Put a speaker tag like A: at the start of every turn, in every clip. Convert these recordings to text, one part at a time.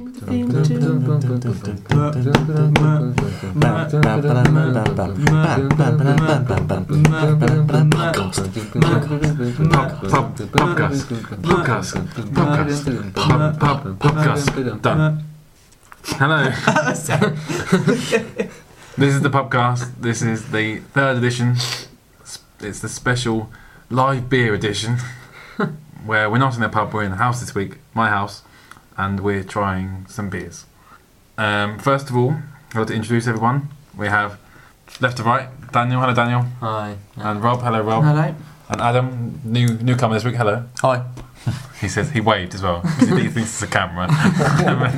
A: nothing
B: Podcast. Podcast. Podcast. Pop, pop, podcast. Done. Hello. this is the podcast. This is the third edition. It's the special live beer edition where we're not in a pub, we're in the house this week, my house, and we're trying some beers. Um, first of all, I'd like to introduce everyone. We have left to right Daniel. Hello, Daniel.
C: Hi.
B: And Rob. Hello, Rob.
C: Hello.
B: And Adam, new newcomer this week. Hello.
C: Hi.
B: He says he waved as well. 'cause he thinks it's a
C: Ah,
B: camera.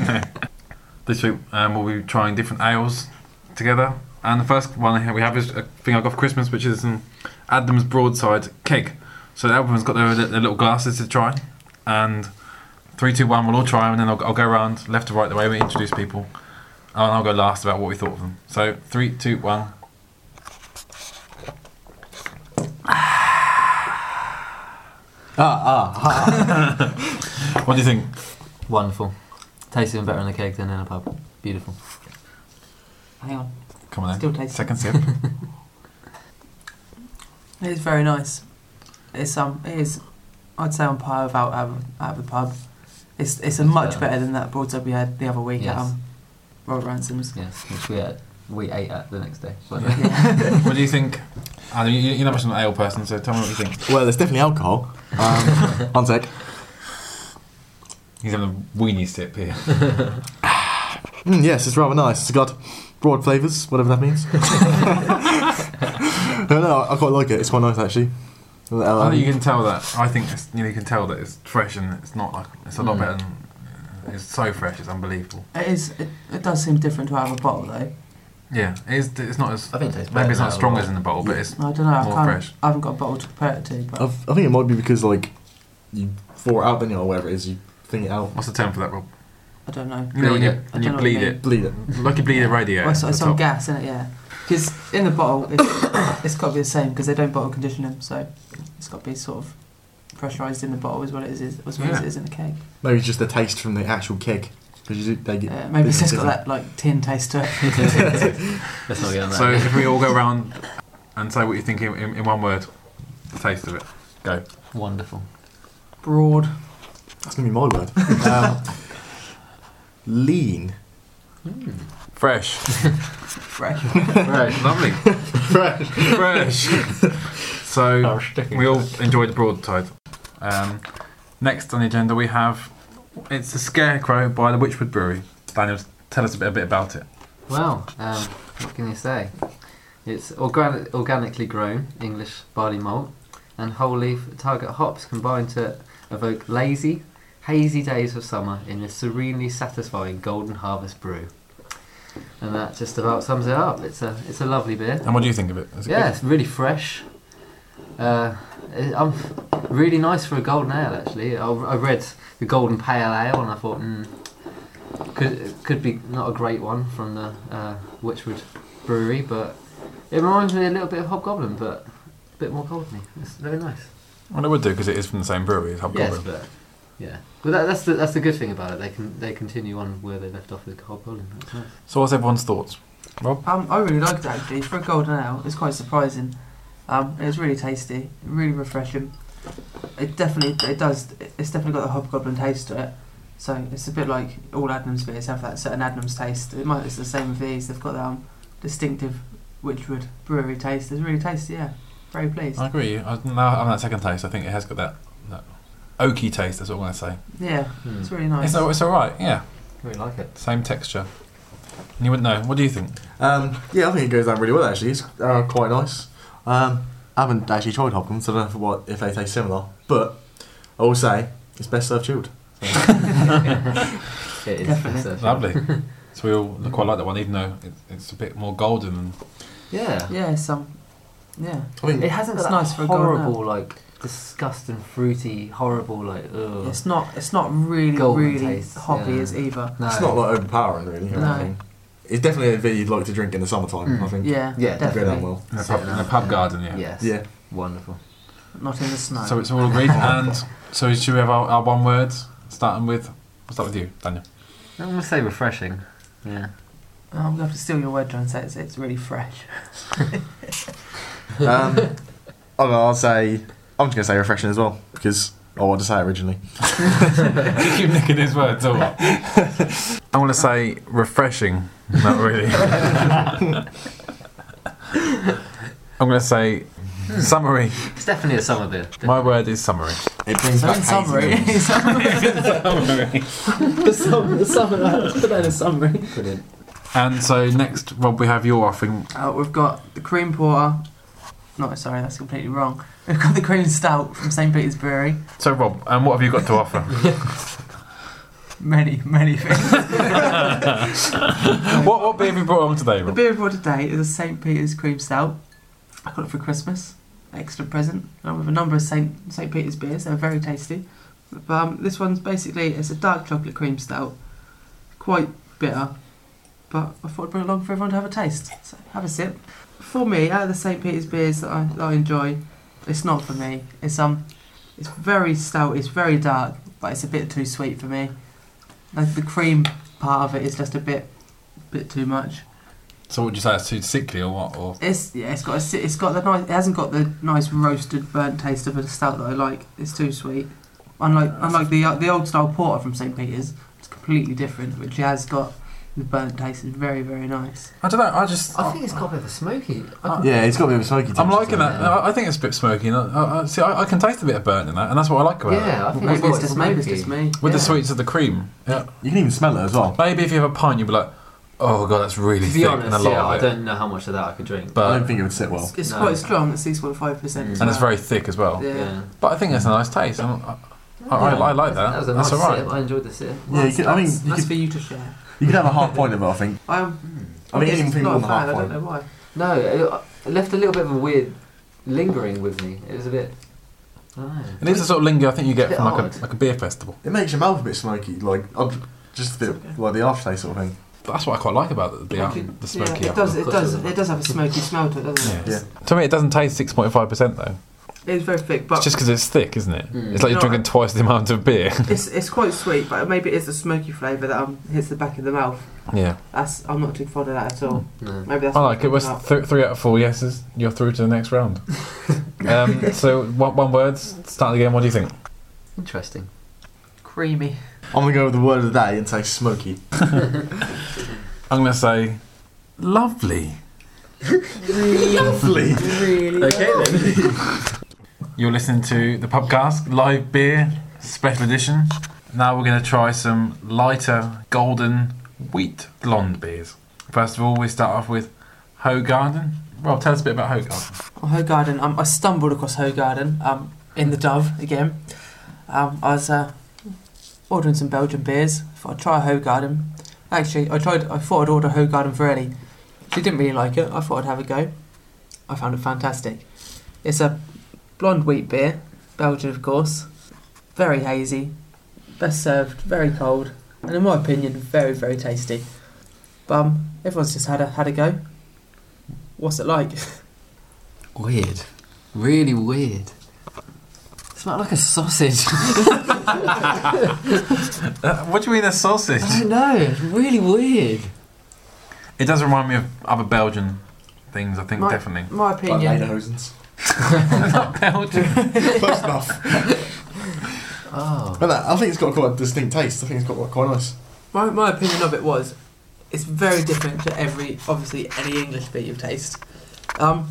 B: this week um, we'll be trying different ales together. And the first one here we have is a thing I got for Christmas, which is an Adam's Broadside keg. So everyone's got their, their little glasses to try, and three, two, one, we'll all try 'em and then I'll, I'll go around left to right the way we introduce people, and I'll go last about what we thought of them. So three, two, one.
C: ah,
B: What do you think?
C: Wonderful. Tastes even better in the keg than in a pub. Beautiful.
D: Hang on,
B: Come on then.
D: still tasty.
B: Second sip.
D: It is very nice. It's um, it is. I'd say on par with out out, out of the pub. It's it's a
C: It's
D: much
C: better.
D: better than that broadside we had the other week
C: Yes.
D: at um, Robert Ransom's.
C: Yes, which we had, we ate at the next day. But
B: what do you think? Adam, you, you're not an ale person, so tell me what you think.
E: Well, there's definitely alcohol. Um, one sec.
B: He's having a weenie sip here.
E: Mm, yes, it's rather nice. It's got broad flavours, whatever that means. no, no, I quite like it. It's quite nice actually. Um,
B: I think Oh, you can tell that. I think it's, you, know, you can tell that it's fresh and it's not like it's a lot
C: Mm.
B: better. Than, uh, it's so fresh, it's unbelievable.
D: It is. It, it does seem different to out of a bottle though.
B: Yeah, it is, it's not as
C: I think it tastes better.
B: maybe it's
C: than
B: not
C: that
B: as strong
C: otherwise.
B: as in the bottle, but it's
D: I don't know. I,
B: More
D: can't,
B: fresh.
D: I haven't got a bottle to compare it to, but
E: I've- I think it might be because like you thaw it out, then you know whatever it is, you think it out,
B: what's the term for that, Rob?
D: I don't know.
B: You know, when
C: Bleed
B: you,
C: it.
D: I
B: when you
D: don't know what
B: bleed
D: you
B: it,
E: bleed it.
B: like you bleed a radio.
D: Well, it's,
B: at
D: it's
B: the
D: on
B: top.
D: gas, isn't it? Yeah. Because in the bottle, it's, it's got to be the same because they don't bottle condition them, so it's got to be sort of pressurised in the bottle as well as it is, as, well as
B: Yeah.
D: it is in the keg.
E: Maybe it's just the taste from the actual keg because you do, they get.
D: Uh, maybe it's
E: bits
D: just
E: of
D: got that like tin taste to it.
C: Let's not get on that.
B: So if we all go around and say what you think in, in, in one word, the taste of it.
C: Wonderful.
D: Broad.
E: different. That's gonna be my word. Um, lean,
C: Hmm.
B: Fresh,
D: Fresh.
C: Right.
B: lovely,
E: fresh.
B: fresh. so We all enjoyed the broadside. Um, next on the agenda, we have it's the Scarecrow by the Witchwood Brewery. Daniel, tell us a bit, a bit about it.
C: Well, um, what can you say? It's organi- organically grown English barley malt and whole leaf target hops combined to evoke lazy, hazy days of summer in this serenely satisfying golden harvest brew. And that just about sums it up. It's a it's a lovely beer.
B: And what do you think of it? Is it
C: Yeah,
B: good?
C: it's really fresh. Uh, it, um, really nice for a golden ale, actually. I, I read the golden pale ale and I thought, mm, could could be not a great one from the uh, Witchwood Brewery, but it reminds me a little bit of Hobgoblin, but a bit more goldeny. It's very nice.
B: Well, it would do because it is from the same brewery as
C: Yes,
B: Hobgoblin.
C: but yeah, but that, that's the that's the good thing about it. They can they continue on where they left off with Hobgoblin. That's nice.
B: so, what's everyone's thoughts?
D: Um, I really liked it actually. For a golden ale, it's quite surprising. Um, it was really tasty, really refreshing. It definitely, it does. It's definitely got the hobgoblin taste to it. So it's a bit like all Adnams beers have that certain Adnams taste. It might, it's the same with these. They've got that um, distinctive Witchwood brewery taste. It's really tasty. Yeah, very pleased.
B: I agree. I, now I'm that second taste. I think it has got that, that oaky taste. That's what I'm going to say.
D: Yeah,
C: Hmm.
D: it's really nice.
B: It's, all- it's all right. Yeah,
C: Really like it.
B: same texture. And you wouldn't know. What do you think?
E: Um, yeah, I think it goes down really well actually. It's uh, quite nice. Um, I haven't actually tried Hopkins, so I don't know what if they taste similar, but I will say it's best served chilled.
C: It is
D: Definitely.
C: so-
B: Lovely. so we all quite like that one, even though it, it's a bit more golden. And
C: Yeah.
D: yeah, some. Yeah,
E: I think
C: It hasn't got
D: It's
C: that
D: nice for a golden
C: horrible, like disgusting, fruity, horrible, like ugh.
D: it's not. It's not really,
C: Golden
D: really
C: taste,
D: hoppy
C: yeah.
D: is either.
C: no.
E: it's not like overpowering really.
D: No.
E: No. It's definitely a beer you'd like to drink in the summertime.
C: Mm.
E: I think.
D: Yeah,
C: Yeah,
E: It'd go down
D: definitely.
E: well.
B: in a
C: Sit
B: pub, in a
C: down,
B: pub
C: yeah.
B: garden, yeah.
C: Yes.
E: Yeah.
C: Wonderful.
D: Not in the snow.
B: So it's all agreed. and so should we have our, our one words? Starting with, we'll start with you, Daniel.
F: I'm gonna say refreshing. Yeah.
D: Oh, I'm gonna have to steal your word, John. Say it's, it's really fresh.
E: Um, I don't know, I'll say, I'm just going to say refreshing as well because I wanted to say it originally.
B: You keep nicking his words or what? I want to say refreshing. Not really. I'm going to say summary.
F: It's definitely a summer beer.
B: My word is summary.
E: It brings
D: So in summary, in summary,
A: the sum, the sum of that. Put that in a summary. Brilliant.
B: And so next, Rob, we have your offering.
D: uh, we've got the cream porter. No, sorry, that's completely wrong. We've got the cream stout from St Peter's Brewery.
B: So Rob, um, what have you got to offer?
D: Many, many things.
B: what what beer have you brought on today,
D: the
B: Rob?
D: beer for today is a St Peter's cream stout. I got it for Christmas. Excellent present. Along with a number of St St Peter's beers. They're very tasty. But, um, this one's basically it's a dark chocolate cream stout. Quite bitter, but I thought I'd bring it along for everyone to have a taste. So have a sip. For me, out of the St Peter's beers that I, that I enjoy, it's not for me. It's um, it's very stout. It's very dark, but it's a bit too sweet for me. Like the cream part of it is just a bit, bit too much.
B: So would you say it's too sickly or what? Or
D: It's yeah, it's got a, si- it's got the nice. It hasn't got the nice roasted burnt taste of a stout that I like. It's too sweet. Unlike unlike the uh, the old style porter from St Peter's, it's completely different. Which has got the burnt taste. is very very nice.
B: I don't know. I just
F: I think it's got a bit of a smoky.
B: I-
E: Yeah, it's got a bit of a smoky
B: I'm
E: taste to
B: liking
E: it.
B: that. Uh, I, I think it's a bit smoky. and I, I, see, I, I can taste a bit of burn in that, and that's what I like about it.
F: yeah, I think
D: Maybe
F: it's
D: it's
F: got
D: just maybe
F: smoky.
D: it's just me.
B: With the
F: yeah.
B: sweets of the cream. Yeah.
E: You can even smell it as well.
B: Maybe if you have a pint, you'd be like, oh god, that's really
F: To
B: thick
F: be
B: and a
F: honest,
B: lot
F: yeah,
B: of it.
F: I don't know how much of that I could drink.
E: I don't
B: but
E: think it would sit well.
D: It's, it's
F: No.
D: quite strong. It's six point five percent.
F: Mm.
B: and it's very thick as well.
D: Yeah.
F: yeah.
B: But I think it's a nice taste. I'm, I, I, I, I like that.
F: was a
B: that's
F: nice
B: all right.
F: sip. I enjoyed the sip.
E: Yeah, you
D: That's-
E: could, I mean,
D: that's,
E: you
D: that's
E: could,
D: for you to share.
E: you could have a half point of it, I think.
D: I'm.
E: I mean,
D: it's
E: anything
D: not a
E: more than
D: fan,
E: half
D: I don't
E: point.
D: know why.
F: No, it, it left a little bit of a weird lingering with me. It was a bit. I don't know.
B: It is the sort of linger I think you get
F: Bit
B: from like
F: odd.
B: a, like a beer festival.
E: It makes your mouth a bit smoky, like um, just a bit like the aftertaste sort of thing.
B: But that's what I quite like about the, the,
D: Yeah,
B: um, the smoky
D: yeah, it
B: apple.
D: does. It
F: Of course
D: does.
F: it does.
D: It does have a smoky smell to it, doesn't it?
B: Yes. To me, it doesn't taste 6.5% though.
D: It's very thick, but
B: it's just because it's thick, isn't it?
F: Mm.
B: It's like you're
D: No,
B: drinking
D: I-
B: twice the amount of beer.
D: It's it's quite sweet, but maybe it's the smoky flavour that um, hits the back of the mouth.
B: yeah.
D: That's I'm not too fond of that at all.
F: No.
D: Maybe that's.
B: I
D: what
B: like it.
D: I'm
B: Was
D: thinking
B: th- three out of four yeses. You're through to the next round. um, so one, one word. Start again. What do you think?
F: Interesting.
D: about. creamy.
E: I'm gonna go with the word of the day and say smoky.
B: I'm going to say lovely.
E: Lovely.
F: Okay then.
B: You're listening to the podcast live beer special edition. Now we're going to try some lighter golden wheat blonde beers. First of all, we start off with Ho Garden. Well, tell us a bit about Ho Garden.
D: Well, Hoe Garden. Um, I stumbled across Hoe Garden. Um, in the Dove again. Um, I was uh, ordering some Belgian beers. Thought I'd try a Hoe Garden. Actually, I tried. I thought I'd order Hoe Garden for Ellie. She didn't really like it. I thought I'd have a go. I found it fantastic. It's a blonde wheat beer, Belgian of course. Very hazy, best served, very cold, and in my opinion, very very tasty. But um, everyone's just had a had a go. What's it like?
F: Weird. Really weird. It's not like a sausage.
B: Uh, what do you mean a sausage?
F: I don't know. It's really weird.
B: It does remind me of other Belgian things. I think
D: Right.
B: definitely.
D: My
E: Like
D: opinion.
E: Lederhosen's.
B: Not Belgian.
E: Close enough.
F: Oh.
E: But that, I think it's got quite a distinct taste. I think it's got quite, quite nice.
D: My, my opinion of it was, it's very different to every, obviously, any English beer you've tasted. Um,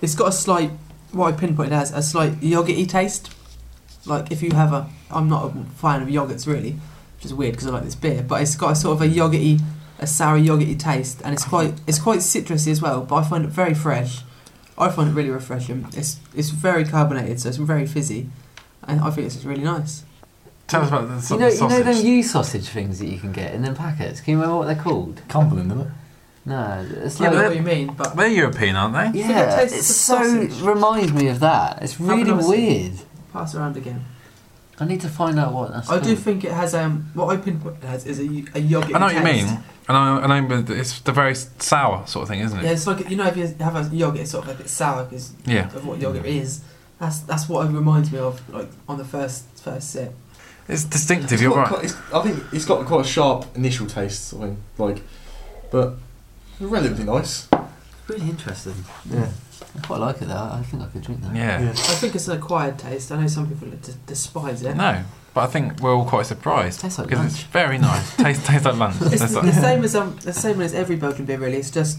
D: it's got a slight, what I pinpointed as, a slight yogurty taste. Like, if you have a, I'm not a fan of yogurts really, which is weird because I like this beer, but it's got a sort of a yogurty, a sour yogurty taste, and it's quite, it's quite citrusy as well, but I find it very fresh. I find it really refreshing. It's, it's very carbonated, so it's very fizzy, and I think it's just really nice.
B: Tell us about the, sa-
F: You know,
B: the
F: you know
B: sausage.
F: them you sausage things that you can get in them packets. Can you remember what they're called?
E: Cumberland, isn't it?
F: No, it's
D: Yeah,
F: like
D: but I know what you mean, but
B: They're European, aren't they?
D: So that
F: yeah,
D: tastes
F: it's
D: like
F: so
D: sausage.
F: reminds me of that. It's
D: Have
F: really
D: another sip.
F: weird.
D: pass around again.
F: I need to find out what that's
D: I do
F: called.
D: think it has um what I pinpoint it has is a, a yogurt.
B: I know what you mean.
D: taste.
B: And I, and I know, but it's the very s- sour sort of thing, isn't
D: Yeah,
B: it?
D: it's like you know if you have a yogurt, it's sort of a bit sour because
B: Yeah.
D: of what yogurt is. That's that's what it reminds me of, like on the first first sip.
B: It's distinctive. You're right.
E: I think it's got quite a sharp initial taste. I think, like, but relatively nice.
F: Really interesting.
E: Yeah.
F: I quite like it though. I think I could drink that.
B: Yeah.
D: I think it's an acquired taste. I know some people d- despise it.
B: No, but I think we're all quite surprised
F: Tastes like
B: because it's
F: lunch.
B: very nice. tastes tastes like lunch.
D: It's
B: That's
D: the
B: like,
D: same as um, the same as every Belgian beer really. It's just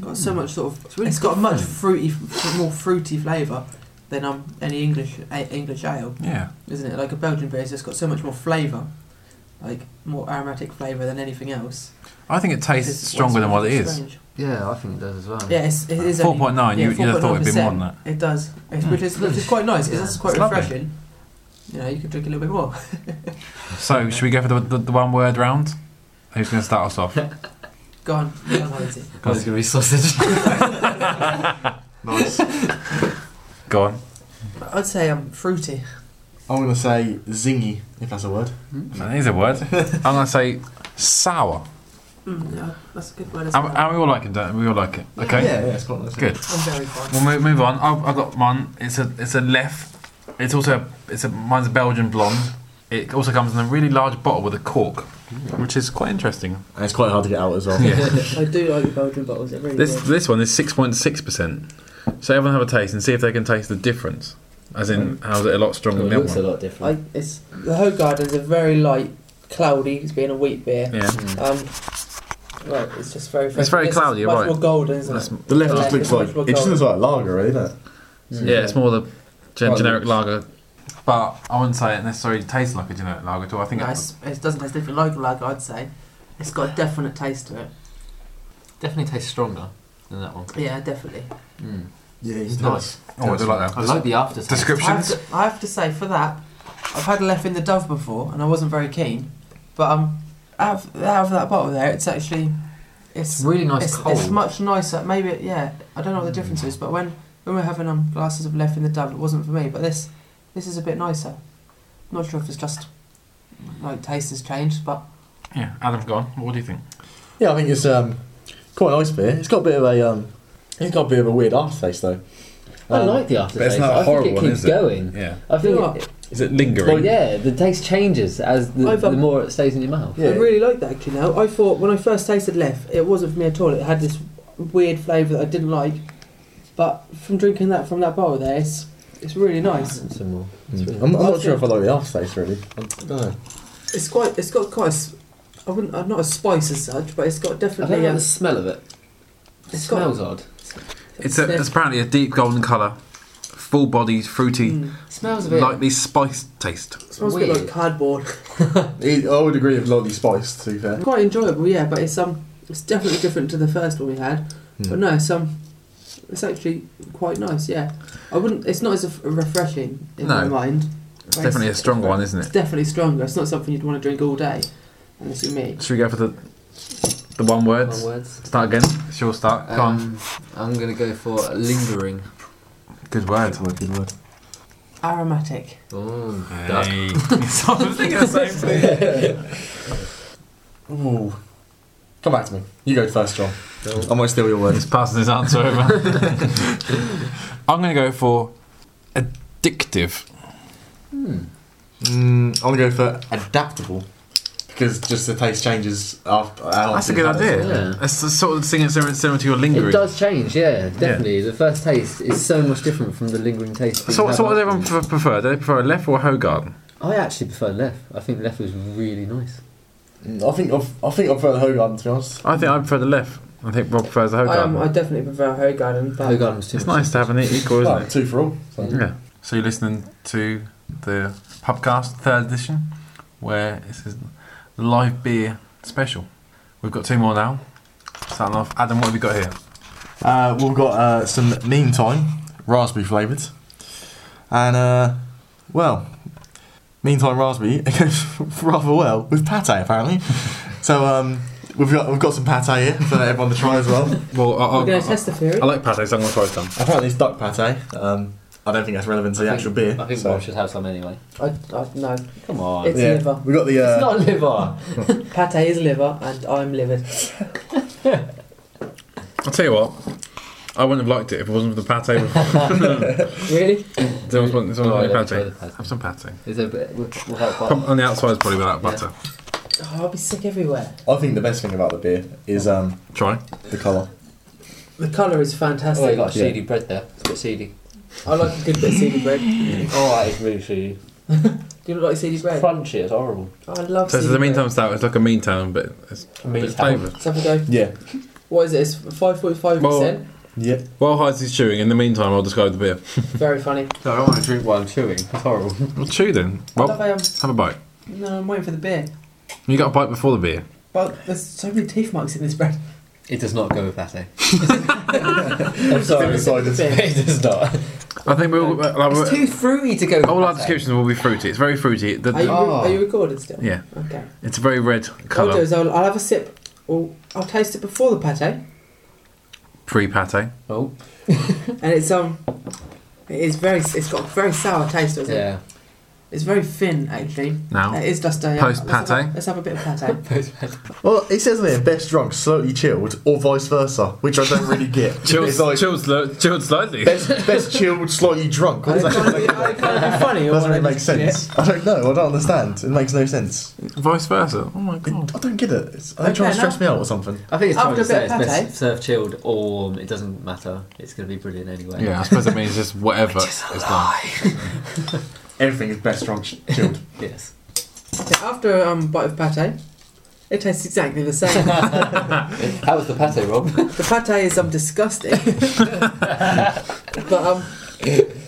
D: got so much sort of. It's,
F: really
D: got a much
F: different.
D: fruity, f- more fruity flavour than um any English a, English ale,
B: yeah.
D: isn't it? Like a Belgian beer, it's just got so much more flavour, like more aromatic flavour than anything else.
B: I think it tastes
D: It's-
B: stronger than what it is.
D: strange.
F: Yeah, I think it does as well.
D: Yeah, it's, it is.
B: Four
D: only-
B: point nine. You
D: yeah,
B: you'd have thought it'd be more than
D: 4.9%.
B: that.
D: It does, it's,
B: Mm.
D: which, is, which is quite nice because that's quite
B: It's lovely.
D: refreshing. You know, you could drink a little bit more.
B: So should we go for the, the, the one word round? Who's going to start us off?
D: Go on, go on, Alex.
F: Mine's gonna be sausage.
E: Nice.
B: Go on.
D: I'd say um, fruity.
E: I'm gonna say zingy, if that's a word.
B: That is a word. I'm going to say sour.
D: Mm, yeah, that's a good word. As
B: And,
D: well.
B: and we all like it. Don't we? we all like it. Okay.
E: Yeah, yeah, it's quite nice.
B: Good.
D: I'm very fond.
B: We'll move, move on. I've, I've got one. It's a it's a left. It's also a, it's a mine's a Belgian blonde. It also comes in a really large bottle with a cork, which is quite interesting.
E: And it's quite hard to get out as well.
B: Yeah.
D: I do like the Belgian bottles. It really
B: this
D: is.
B: this one is six point six percent. So everyone have a taste and see if they can taste the difference. As in, how's it a lot
C: Well,
B: stronger
C: it
B: than the
C: looks
B: other
C: a
B: one?
C: lot different.
D: I, it's the whole garden's a very light, cloudy. It's being a wheat beer.
B: Yeah.
C: Mm.
D: Um, right, it's just very. fresh.
B: very
D: This is
B: cloudy, you're
D: much
B: right.
D: More golden, isn't
B: That's-
D: it?
E: The left
D: Yeah,
E: just looks
D: it's much
E: like
D: more
E: it just
D: gold.
E: looks like lager, really, doesn't it?
C: Mm.
B: Yeah, it's more the gen-
C: Quite
B: generic
C: looks.
B: lager. But I wouldn't say it necessarily tastes like a generic lager at all. I think
D: No,
B: it's
D: it's, it doesn't taste different like lager. I'd say it's got a definite taste to it.
F: Definitely tastes stronger than that one.
D: Yeah, definitely.
F: Mm.
E: Yeah,
F: It's nice.
B: oh, I do like
F: I
B: that.
F: like the aftertaste.
D: I
B: Description.
D: have, to, I have to say for that, I've had left in the Dove before, and I wasn't very keen. But um, out of, out of that bottle there, it's actually,
F: It's
D: it's
F: really nice
D: it's,
F: cold.
D: it's much nicer. Maybe it- yeah. I don't know what the difference is, but when when we're having um glasses of left in the dove, it wasn't for me. But this this is a bit nicer. Not sure if it's just like taste has changed, but
B: Yeah, Adam, go on. What do you think?
E: Yeah, I think it's um quite a nice beer. It's got a bit of a um, it's got a bit of a weird aftertaste though.
C: I
E: Um,
C: like the aftertaste. I think it keeps going.
B: Yeah.
C: I think,
D: Yeah.
C: it,
B: Is it
C: well,
B: lingering?
C: yeah, the taste changes as the,
D: I've,
C: the
D: um,
C: more it stays in your mouth.
E: Yeah.
D: like that actually. Now I thought when I first tasted left, it wasn't for me at all. It had this weird flavour that I didn't like. But from drinking that from that bottle there, it's it's really nice.
C: Some more. It's
E: Mm.
C: really-
E: I'm, I'm
D: I
E: not sure
D: think-
E: if I like the aftertaste really. I don't know.
D: It's quite it's got quite. A, s- I wouldn't. I'm not a spice as such, but it's got
C: I don't
D: definitely.
C: like
D: um,
C: the smell of it. It
D: It's got-
C: smells odd.
B: It's, a, it's apparently a deep golden colour, full bodied, fruity,
D: mm,
C: smells a bit.
B: lightly spiced taste.
D: smells a bit like
C: Weird.
D: cardboard.
E: It, I would agree with lightly spiced. To be fair,
D: Quite enjoyable, yeah, but it's um, it's definitely different to the first one we had.
B: Hmm.
D: But no, it's um, it's actually quite nice. Yeah, I wouldn't. It's not as f- refreshing in my
B: No.
D: mind.
B: It's definitely a stronger one, isn't
D: It's
B: it?
D: definitely stronger. It's not something you'd want to drink all day, unless you're me.
B: Should we go for the the one word?
F: One words.
B: Start again. It's your start. Go on.
F: Um, I'm gonna go for lingering.
B: Good word.
E: word, good word.
D: Aromatic.
F: Oh, duck.
B: Hey. So I was thinking the same thing.
E: Ooh, come back to me. You go first, John. I might steal your
B: He's
E: words.
B: passing his answer over. I'm going to go for addictive.
E: Mm, I'm gonna go for adaptable because just the taste changes after. after
B: That's a good
E: you've had it.
B: idea.
C: Yeah.
B: That's the sort of thing that's similar- similar to your lingering.
C: It does change, yeah, definitely. The first taste is so much different from the lingering taste. that
B: So,
C: you
B: so what
C: have
B: does everyone
C: afterwards.
B: pre- prefer? Do they prefer a left or a Hogarden?
C: I actually prefer Left. I think Left was really nice.
E: Mm, I think I've, I think I've heard Hogarden to be honest.
B: I think I prefer the left. I think Rob prefers the Hogarden.
D: definitely prefer Hogarden.
C: Hogarden was too
B: it's
C: much.
B: nice to have an equal, isn't
E: Well,
B: it?
E: two for all. So.
B: Yeah. So you're listening to the podcast third edition, where this is the live beer special. We've got two more now. Starting off, Adam, what have you got here?
E: Uh, we've got uh, some meantime raspberry flavoured, and uh, well, meantime raspberry it goes rather well with pate apparently. so um, we've got we've got some pate here for everyone to try as well.
B: Well, I,
D: We're going to test the theory.
B: like pate, so I'm going to try some.
E: Apparently it's duck pate. Um, I don't think that's relevant to the
C: I
E: actual
C: think-
E: beer.
C: I think
E: so-
C: Bob should have some anyway.
D: I, I, no,
C: Come on.
D: It's
C: It's,
E: yeah,
D: liver.
E: we got the uh,
C: not liver.
D: pate is liver, and I'm livid.
B: I'll tell you what, I wouldn't have liked it if it wasn't for the pate.
C: Really?
B: Someone want someone
C: Alright, let's
B: want any pate?
C: try the pate.
B: Have some pate.
C: Is there a bit without
B: Prob-
C: butter?
B: On the outside is probably without butter.
A: Oh, I'll be sick everywhere.
E: I think the best thing about the beer is um,
B: Try.
E: the colour.
A: The colour is fantastic.
C: Oh, you got a
E: Yeah.
C: seedy bread there. It's a bit seedy.
A: I like a good bit of seedy bread. Do
C: Oh, that is really seedy.
A: you not like seedy bread?
C: Crunchy, it's horrible.
A: I love
B: So
A: seedy
B: it's the
A: bread.
B: meantime stout. It's like a mean town, but it's,
C: I
B: but
C: mean,
B: it's flavoured.
A: Let's have a go.
E: Yeah.
A: What is it? It's 5.5%.
E: Yeah.
B: While Heights is chewing, in the meantime, I'll describe the beer.
A: Very funny.
C: No, I don't want to drink while I'm chewing. It's horrible.
B: Well, chew then.
D: Well,
B: Well, have a bite.
D: no, I'm waiting for the beer.
B: You got a bite before the beer.
D: But there's so many teeth marks in this bread.
C: It does not go with pate. I'm sorry.
E: It's like this.
C: it does not.
B: I think we'll. Like,
C: It's
B: we'll-
C: too fruity to go with
B: all our
C: pate.
B: descriptions will be fruity. It's very fruity. The-
A: Are you,
B: the-
C: Oh.
A: are you recording still?
B: Ah. yeah,
A: Okay.
B: it's a very red
D: What I'll do
B: colour.
D: is I'll, I'll have a sip. Or I'll taste it before the pate.
B: Pre pate.
C: Oh,
D: And it's, um, it is very, it's got a very sour taste, doesn't it?
C: yeah.
D: It's very thin, actually.
B: Now.
D: It is just a...
B: Post
D: let's have a-
B: pate.
D: Let's have a bit of pate.
E: Well, it says there, best drunk, slowly chilled, or vice versa, which I don't really get.
B: Chilled,
E: It's like,
B: chilled, sli- chilled slightly.
E: Best, best chilled, slightly drunk. What does
D: Are
E: that
D: they trying to be- are they trying to be funny or
E: doesn't
D: are
E: it
D: they
E: make
D: just- yeah.
E: sense? I don't know. I don't understand. It makes no sense.
B: Vice versa. Oh my god.
E: I don't get it. It's, are they
D: Okay,
E: trying to stress
D: no.
E: me out or something?
C: I think it's
D: After
C: time to
D: a
C: say
D: bit
C: it's
D: of pate.
C: best served chilled or warm. It doesn't matter. It's going to be brilliant anyway.
B: Yeah, I suppose that means just whatever is done.
E: Everything is best drunk, chilled.
C: Yes.
D: Okay, after um, a bite of pate, it tastes exactly the same. the
C: How was the pate, Rob?
D: pate is um, disgusting. but um,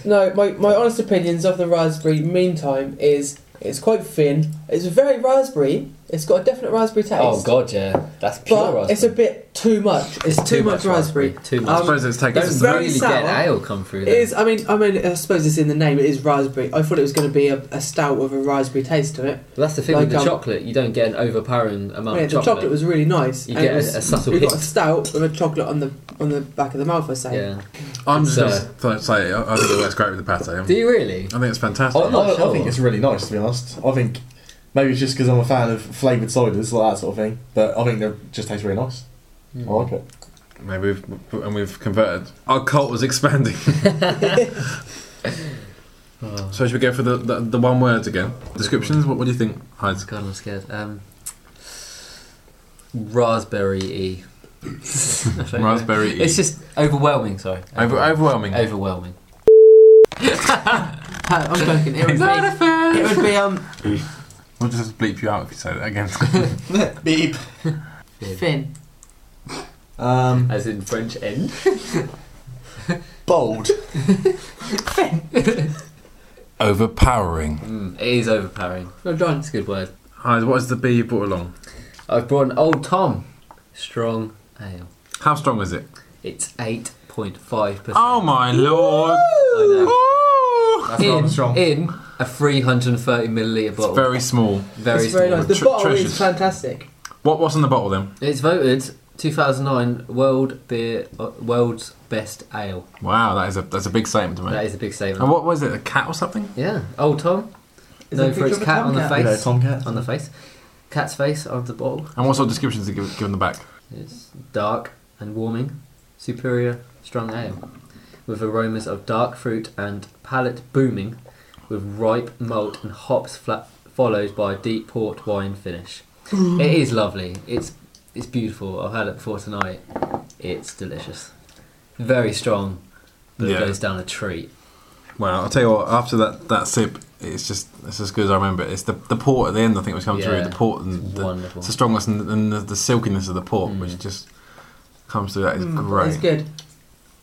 D: no, my, my honest opinions of the raspberry meantime is it's quite thin. It's very raspberry. It's got a definite raspberry taste.
C: Oh god, yeah. That's pure
D: But
C: raspberry.
D: it's a bit too much. It's, too, much, raspberry.
C: Too
B: I
C: much.
D: Um,
B: suppose it's taken.
D: it's
C: Doesn't
D: very
C: really
D: sour.
C: get ale come through.
D: It
C: Then.
D: is. I mean, I mean, I suppose it's in the name. It is raspberry. I thought it was going to be a, a stout with a raspberry taste to it.
C: But that's the thing
D: Like,
C: with the
D: um,
C: chocolate. You don't get an overpowering amount
D: yeah,
C: of
D: the
C: chocolate.
D: chocolate was really nice.
C: You
D: and
C: get
D: it
C: a-
D: was,
C: a subtle
D: We got a
C: hint.
D: stout with a chocolate on the on the back of the mouth. I say.
C: yeah.
B: I'm just
C: it's,
B: going to say, I I think it works great with the pate. I
C: Do
B: think
C: you really?
D: Oh.
B: it's fantastic.
E: I,
C: I'm not
E: I, I
C: sure.
E: think it's really nice, to be honest. I think maybe it's just because I'm a fan of flavoured ciders, like that sort of thing. But I think they just taste really nice.
C: Hmm.
E: I
C: Oh,
E: like it.
B: Maybe we've, and we've converted. Our cult was expanding.
C: Oh,
B: So should we go for the, the, the one words again? Descriptions? What, what do you think, Heinz?
C: God, I'm scared. Um, raspberry e.
B: Raspberry E.
C: It's just overwhelming. Sorry.
B: Over, overwhelming.
C: Overwhelming.
D: I'm joking. It would be. It would be um
B: We'll just bleep you out if you say that again.
E: Beep.
D: thin.
E: Um,
C: As in French end.
E: bold.
B: Overpowering.
C: Mm, it is overpowering.
D: No, John.
C: That's a good word.
B: Heinz, what is the beer you brought along?
C: I've brought an old Tom. Strong ale.
B: How strong is it?
C: It's 8.5%.
B: Oh my lord!
C: I know.
B: Ooh.
E: That's rather strong.
C: in a 330 milliliter
B: It's
C: bottle.
B: very small.
C: very
D: it's very
C: small.
D: nice. The
B: Tr-
D: bottle
B: treasures.
D: is fantastic.
B: What What's on the bottle then?
C: It's voted 2009 World Beer uh, World's Best Ale.
B: Wow, that is a that's a big statement to make.
C: That is a big statement.
B: and what was it? A cat or something?
C: yeah, old Tom.
D: Is there
C: known
D: a
C: for
D: picture
C: its
D: of a
C: cat on the
D: tomcat?
E: You know,
C: face.
E: Tomcat.
C: on the face, cat's face on the bottle.
B: And what sort of descriptions did you give, give on the back?
C: It's dark and warming, superior strong ale, with aromas of dark fruit and palate booming, with ripe malt and hops flat, followed by a deep port wine finish. it is lovely. It's it's beautiful. I've had it before tonight. It's delicious. Very strong, but
B: Yeah.
C: it goes down a treat.
B: Well, I'll tell you what. After that, that sip, it's just it's as good as I remember. it. It's the the port at the end. I think was coming
C: Yeah,
B: through the port and
C: It's
B: the,
C: wonderful.
B: Mm. It's the strongness and, and the, the silkiness of the port,
C: Mm.
B: which just comes through. That is
D: Mm,
B: great.
D: It's good.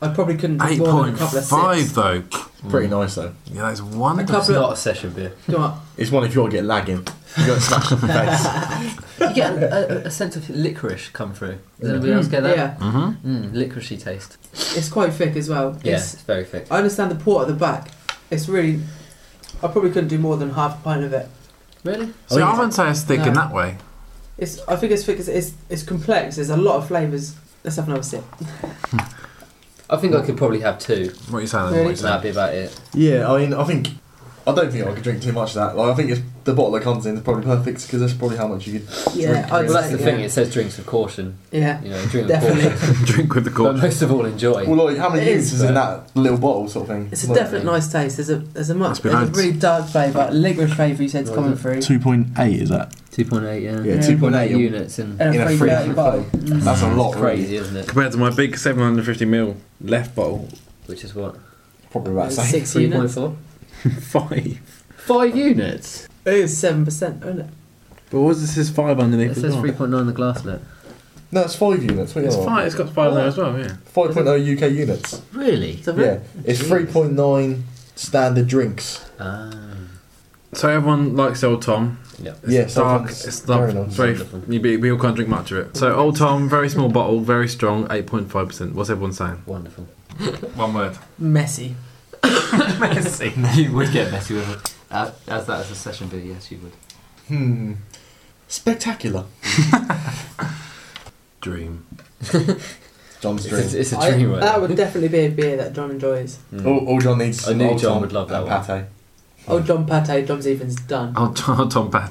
D: I probably couldn't do
B: Eight
D: more than
B: point
D: a couple of
B: five
D: sips.
B: though. Mm.
E: Pretty nice though.
B: Yeah, that is
D: A
B: wonderful.
C: It's
D: couple of,
C: not a session beer.
D: do you know what?
E: It's one if you want to get lagging. You got smashed in the face.
C: You get a, a, a sense of licorice come through. Does anybody else
D: Mm,
C: get that?
D: Yeah,
B: hmm
C: Mm, licoricey taste.
D: it's quite thick as well.
C: Yes,
D: It's,
C: it's very thick.
D: I understand the port at the back. It's really. I probably couldn't do more than half a pint of it.
C: Really?
B: See, I wouldn't say it's thick in
D: No.
B: that way.
D: It's. I think it's thick. It's. It's, it's complex. There's a lot of flavours. Let's have another sip.
C: I think I could probably have two.
B: What are you saying? Then?
D: Really?
B: What are you
C: and That'd
B: saying?
C: be about it.
E: Yeah, I mean, I think I don't think I could drink too much of that. Like, I think it's the bottle that comes in is probably perfect because that's probably how much you could.
D: Yeah,
E: Drink-
D: I'd
C: Well, that's
D: say,
C: the thing. It says drinks with caution.
D: Yeah.
C: You know, drink with
D: Definitely.
C: caution.
B: Drink with the
C: But
B: cork.
C: most of all, enjoy.
E: Well, like how many
D: It is,
E: units is in
C: but-
E: that little bottle sort of thing?
D: It's a
E: Like-
D: definite nice taste. There's a there's a much
B: That's been
D: there's a
B: added.
D: really dark flavour, licorice flavour you said's
C: Well,
D: coming
C: the
D: through.
E: 2.8 is that?
C: 2.8, yeah.
E: Yeah,
D: Yeah.
E: 2.8 you'll-
C: units in.
D: And
E: in
D: a
E: a
D: free
E: free-
D: dirty bottle. Mm.
E: That's a lot,
C: It's
E: really.
C: crazy, isn't it?
B: Compared to my big 750ml left bottle,
C: Which is what?
E: Probably about the
D: It's
E: same.
D: Six units.
C: 3.4?
B: five.
C: Five units?
D: It is seven percent, isn't it?
B: But what is this five underneath?
C: It
B: as
C: says
B: well?
C: 3.9 on the glass net.
E: No, it's five units. What
B: It's
E: you on?
B: five. It's got five there as well. Yeah.
E: 5.0 UK oh units.
C: Really?
D: So
E: Yeah, it's
C: Uh-huh. Jeez.
E: 3.9 standard drinks.
C: Ah.
B: So everyone likes old Tom.
C: Yeah.
B: It's
E: Yes, Old
B: dark.
E: Tom's
B: It's
E: very
B: dark.
E: nice.
B: Very. You be, we all can't drink much of it. So old Tom, very small bottle, very strong, eight point five percent. What's everyone saying?
C: Wonderful.
B: One word.
D: messy.
C: you would get messy with it. Uh, as that as a session B, yes, you would.
E: Hmm. Spectacular.
B: Dream.
E: John's
C: It's a,
E: dream.
C: it's a dream, right?
D: that would definitely be a beer that John enjoys.
C: Mm.
E: All, all John needs is
C: I
E: some
C: knew
E: old
C: John
E: Tom
C: would love that
E: and
C: one.
E: pate.
D: Oh, John Pate, John Stevens done.
B: Old Tom, old Tom Pate.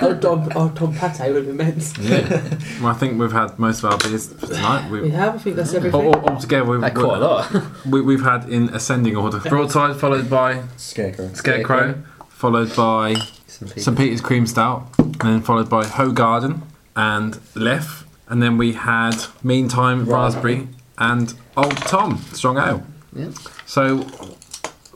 D: oh, John, oh, John Pate would have been immense.
B: Yeah. well, I think we've had most of our beers for tonight. Oh,
D: We
B: We've,
D: have, I think that's everything.
B: all, all, all together, we've,
C: That's quite a lot.
B: we, we've had in ascending order: broadside, followed by
E: Scarecrow.
B: scarecrow, followed by
C: Some
B: St. Peter's Cream Stout, and then followed by Ho Garden and Leff, and then we had Meantime
C: Right.
B: Raspberry and Old Tom Strong Ale.
C: Yeah.
B: So,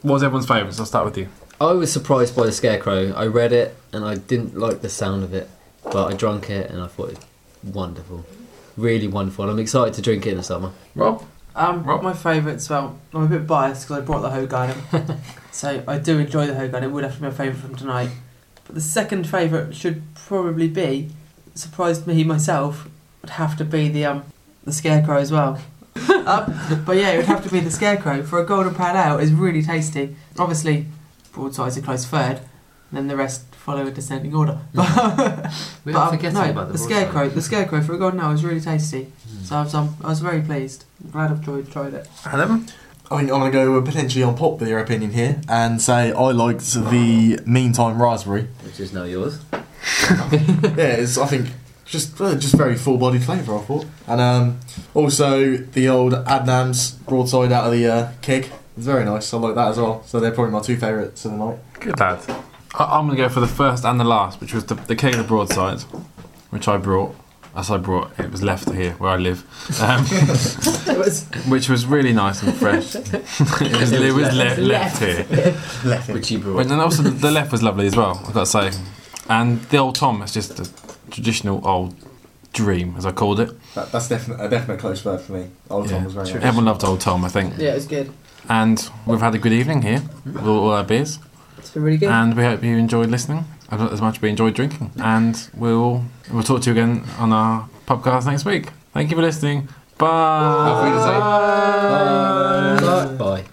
B: what's everyone's favourites? I'll start with you.
C: I was surprised by the scarecrow. I read it and I didn't like the sound of it, but I drank it and I thought it was wonderful. Really wonderful. I'm excited to drink it in the summer.
B: Rob,
D: Um,
B: Rob?
D: my favourites. Well, I'm a bit biased because I brought the Hogan, so I do enjoy the Hogan. It would have to be my favourite from tonight. But the second favourite should probably be surprised me myself would have to be the um the Scarecrow as well. um, but yeah, it would have to be the Scarecrow for a golden pan out. is really tasty. Obviously, broadside's a close third, and then the rest follow in descending order.
C: We
D: But,
C: are
D: um,
C: forgetting
D: no,
C: about the, Hmm.
D: the
C: Broadside.
D: scarecrow. The scarecrow for a golden hour is really tasty. So I was, um, I was very pleased. I'm glad I've tried, tried it.
B: Adam,
E: I think I'm going to go with potentially on pop with your opinion here and say I liked the Meantime Raspberry.
C: Which is now yours.
E: yeah, it's, I think just uh, just very full bodied flavour, I thought. And um, also the old Adnams broadside out of the uh, keg. It's very nice. I like that as well. So they're probably my two favourites of the night.
B: good lad. I- I'm going to go for the first and the last, which was the, the Keg of Broadside, which I brought. As I brought, it was left here where I live, um, which was really nice and fresh. it was, it was le- left here.
E: Left
C: Which you brought.
B: But then also the- the left was lovely as well. I've got to say, and the old Tom is just a traditional old dream, as I called it.
E: That, that's definite, a definite close third for me. Old
B: Yeah.
E: Tom was very nice.
B: Everyone loved old Tom, I think.
D: Yeah, it's good.
B: And we've had a good evening here with all, all our beers,
D: It's been really good.
C: Ah,
B: and we hope you enjoyed listening as as much as we enjoyed drinking. And we'll we'll talk to you again on our podcast next week. Thank you for listening. Bye.
E: Auf Wiedersehen.
B: Bye.